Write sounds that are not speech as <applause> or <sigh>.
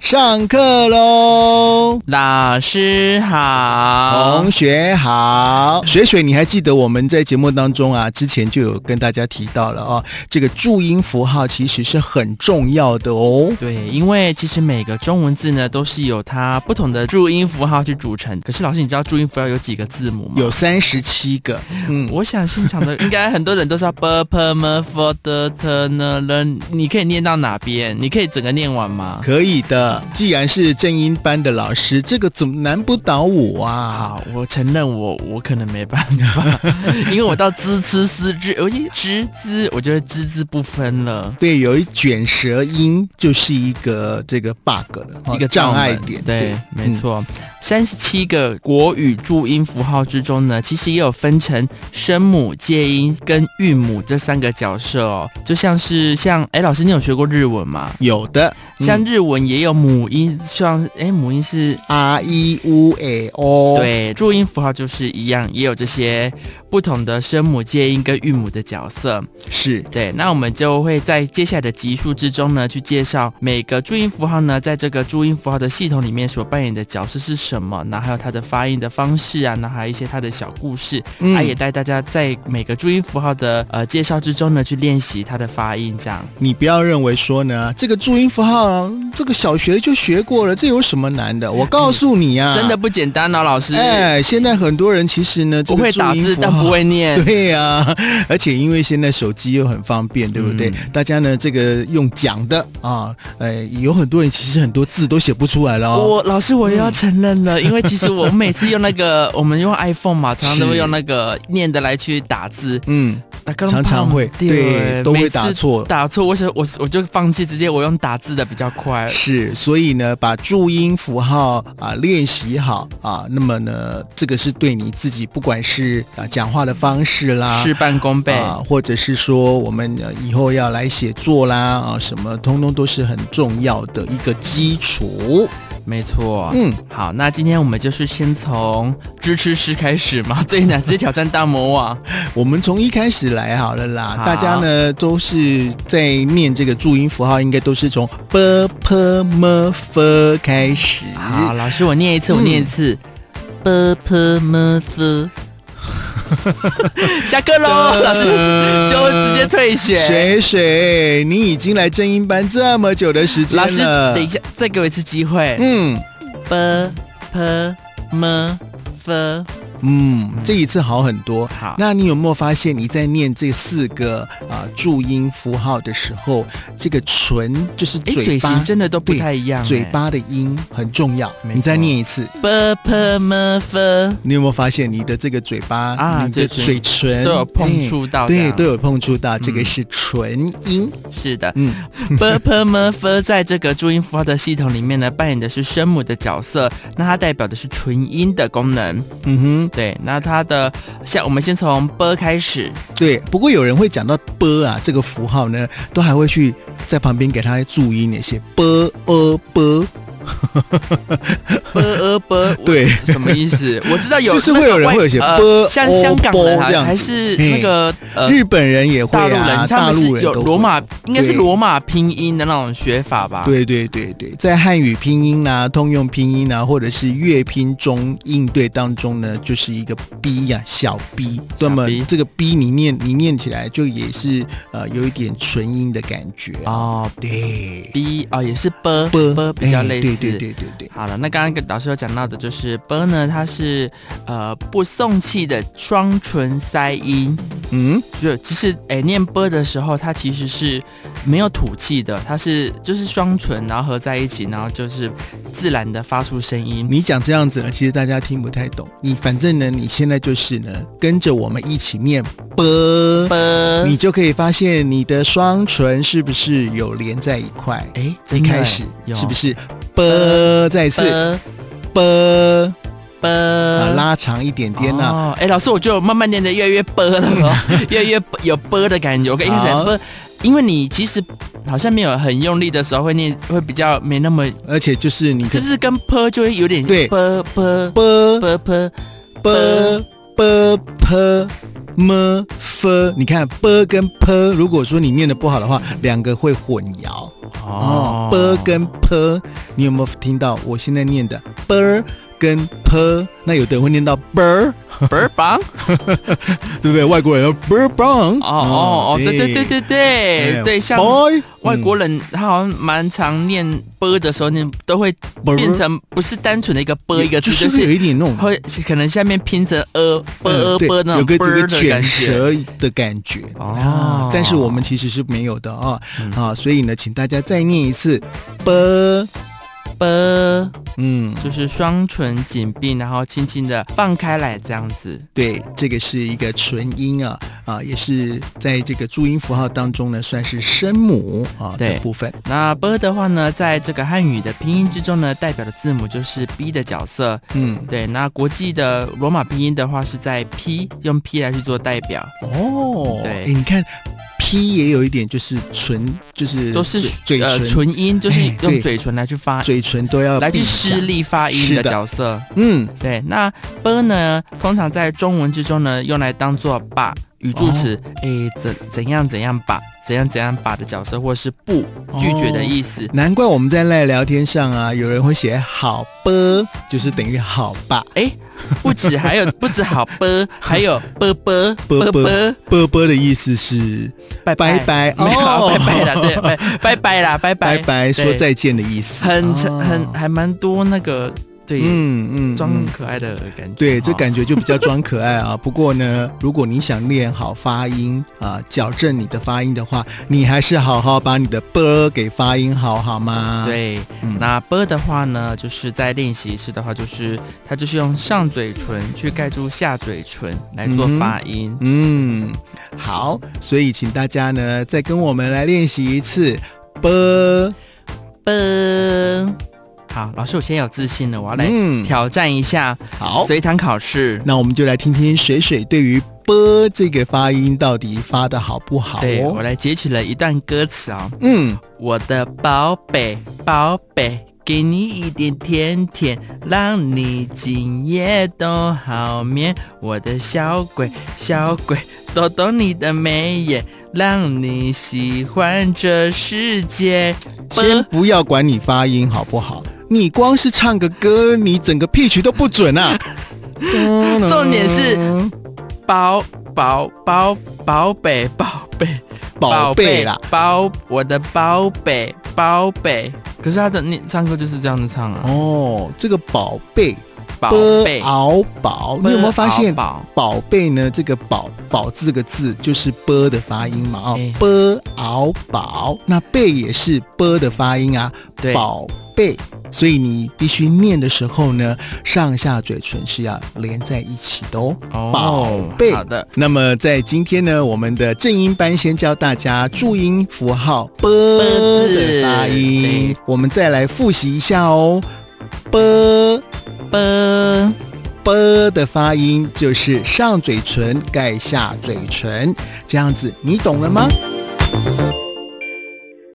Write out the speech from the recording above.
上课喽！老师好同，学好，水水，你还记得我们在节目当中啊，之前就有跟大家提到了哦，这个注音符号其实是很重要的哦。对，因为其实每个中文字呢都是有它不同的注音符号去组成。可是老师，你知道注音符号有几个字母吗？有三十七个，嗯，我想现场的应该很多人都 <laughs> 知道 b p m f d t n l，你可以念到哪边？你可以整个念完吗？可以的。既然是正音班的老师，这个怎么难不倒我啊？好，我承认我我可能没办法， <laughs> 因为我到滋呲丝之，我一知滋，我觉得滋滋不分了。对，有一卷舌音就是一个这个 bug 了，哦一个障罩门碍点。对，没嗯错。三十七个国语注音符号之中呢，其实也有分成声母、介音跟韵母这三个角色哦。就像是像，哎，老师，你有学过日文吗？有的，像嗯日文也有母音，像哎，母音是。 r e u a o，，对，注音符号就是一样，也有这些不同的声母、介音跟韵母的角色。是对，那我们就会在接下来的集数之中呢，去介绍每个注音符号呢，在这个注音符号的系统里面所扮演的角色是什么，然后还有它的发音的方式啊，然后还有一些它的小故事，嗯啊，也带大家在每个注音符号的呃介绍之中呢，去练习它的发音，这样。你不要认为说呢，这个注音符号、啊，这个小学就学过了，这有什么难的？我告诉你啊，嗯真的，不简单哦，老师。哎，现在很多人其实呢，这我个会注打音字，符但不号。会念。 <laughs> 对呀、而且因为现在手机又很方便，对不对？嗯大家呢，这个用讲的啊，呃，有很多人其实很多字都写不出来了哦。我老师，我又要承认了，因为其实我每次用那个，我们用 iPhone 嘛，常常都会是用那个念的来去打字，嗯，那刚常常会胖对都会打错每次打错，我想我我就放弃，直接我用打字的比较快。是，所以呢，把注音符号啊练习好啊，那么呢，这个是对你自己，不管是啊讲话的方式啦，事半功倍，啊，或者是说我们呃以后要来写作啦啊，什么通通都是很重要的一个基础。没错。嗯，好，那今天我们就是先从支吃吃开始嘛， <laughs> 最难直接挑战大魔王。我们从一开始来好了啦，好大家呢都是在念这个注音符号，应该都是从 b p m f 开始。好，老师，我念一次，嗯我念一次。b p <laughs> m f。下课嗯喽，老师，休直接退学。水水，你已经来正音班这么久的时间了，老师，等一下，再给我一次机会。嗯 b p m f。嗯，这一次好很多。好，那你有没有发现，你在念这四个啊、注音符号的时候，这个唇就是哎，嘴嘴巴型，真的都不太一样、嘴。巴的音很重要。没错你再念一次， b p m f 你有没有发现你的这个嘴巴啊你的嘴嘴唇都有碰、触到哎的啊、对，都有碰触到，这个是唇音。是的。嗯 b p m f 在这个注音符号的系统里面呢，扮演的是声母的角色，那它代表的是唇音的功能。嗯对，那它的像我们先从 b 开始，哼，对。不过有人会讲到 b 啊这个符号呢，都还会去在旁边给它注音那些 b a b， b e <laughs> b，对，什么意思？我知道有就是那个会有人外会有写呃，啵像哦香港人啵好这像样还子是嘿那个呃。日本人也会大陆啊，人，他大们陆是人有都罗会马，应该是对罗马拼音的那种学法吧？对对对对，在汉语拼音啦、通用拼音啦、或者是粤拼中应对当中呢，就是一个 b 呀、小 b。那么这个 b 你念你念起来就也是呃有一点唇音的感觉啊。哦对，b 哦也是 b ，b b 比较哎类似。对对对对对，好了，那刚刚跟老师有讲到的就是 b 呢，它是呃不送气的双唇塞音，嗯，就其实诶念 b 的时候，它其实是没有吐气的，它是就是双唇然后合在一起，然后就是自然的发出声音。你讲这样子呢，其实大家听不太懂。你反正呢，你现在就是呢，跟着我们一起念 b。 b 你就可以发现你的双唇是不是有连在一块？哎，一真的开始有是不是 b？再一次 b b b 啊，啊拉长一点啊点呐、哦，哎，老师，我就慢慢念的越来越啵了 <laughs> 哦，越来越有啵的感觉。我跟一开始好啵，因为你其实好像没有很用力的时候会念，会比较没那么，而且就是你是的不是跟啵就会有点对啵啵 b 啵啵 b b p m f，你看 b 跟 p，如果说你念的不好的话，两个会混淆。哦，b 跟 p，你有没有听到我现在念的 b 跟 p？那有的人会念到 b，倍儿棒对不对？外国人 b 棒哦哦哦，嗯对对对对哎对对，像 boy 外国人他好像蛮常念波的时候，念都会啵变成不是单纯的一个波一个嗯字，就就是有是一点那种会可能下面拼成呃波呃呃对波那有种个有波个的卷感觉。舌的感觉哦嗯啊，但是我们其实是没有的啊啊，所以呢，请大家再念一次 b，波嗯，就是双唇紧闭，然后轻轻的放开来这样子。对，这个是一个唇音啊啊，也是在这个注音符号当中呢，算是声母啊对的部分。那 b 的话呢，在这个汉语的拼音之中呢，代表的字母就是 b 的角色。嗯，对，那国际的罗马拼音的话是在 p，用 p 来去做代表，哦，哎，对你看 p 也有一点就是唇，就是都是嘴嘴呃唇、唇音，就是哎用对嘴唇来去发，嘴唇都要来去闭起施力发音是的的角色。嗯，对，那 b 呢，通常在中文之中呢，用来当做把语助词，哦诶、怎怎样怎样把，怎样怎样把的角色，或是不哦拒绝的意思。难怪我们在赖聊天上啊，有人会写好啵，就是等于好吧，诶，不止 <laughs> 还有不止好 b，还有 b b 啵 b 啵 b，啵啵的意思是拜拜拜没有哦拜拜啦，对，拜拜拜啦，拜拜拜拜说对再见的意思，很成哦很还蛮多那个对嗯嗯装嗯可爱的感觉，对，这哦感觉就比较装可爱啊。不过呢，如果你想练好发音啊，矫正你的发音的话，你还是好好把你的 b 给发音好，好吗？，对，嗯那 b 的话呢，就是在练习一次的话，就是它就是用上嘴唇去盖住下嘴唇来做嗯哼发音。嗯，好，所以请大家呢再跟我们来练习一次 b， b 好，老师，我现在有自信了，我要来嗯挑战一下。好随堂考试。那我们就来听听水水对于 b 这个发音到底发的好不好对我哦。来截取了一段歌词啊、哦，嗯，我的宝贝，宝贝，给你一点甜甜，让你今夜都好眠。我的小鬼，小鬼，逗逗你的眉眼，让你喜欢这世界。 <laughs> 先不要管你发音好不好，你光是唱个歌，你整个 pitch 都不准 <laughs> 啊。重点是宝宝宝宝贝，宝贝，宝贝啦，，宝我的宝贝，宝贝。可是他的你唱歌就是这样子唱啊，哦，这个宝贝，宝贝，敖宝，你有没有发现宝宝贝呢？这个宝宝这个字就是波的发音嘛，哦哎，波敖宝，那贝也是波的发音啊，对宝贝。所以你必须念的时候呢，上下嘴唇是要连在一起的哦。哦宝贝、好的。那么在今天呢，我们的正音班先教大家注音符号 b 的字发音对，我们再来复习一下哦。b 啵 b 的发音就是上嘴唇盖下嘴唇，这样子，你懂了吗？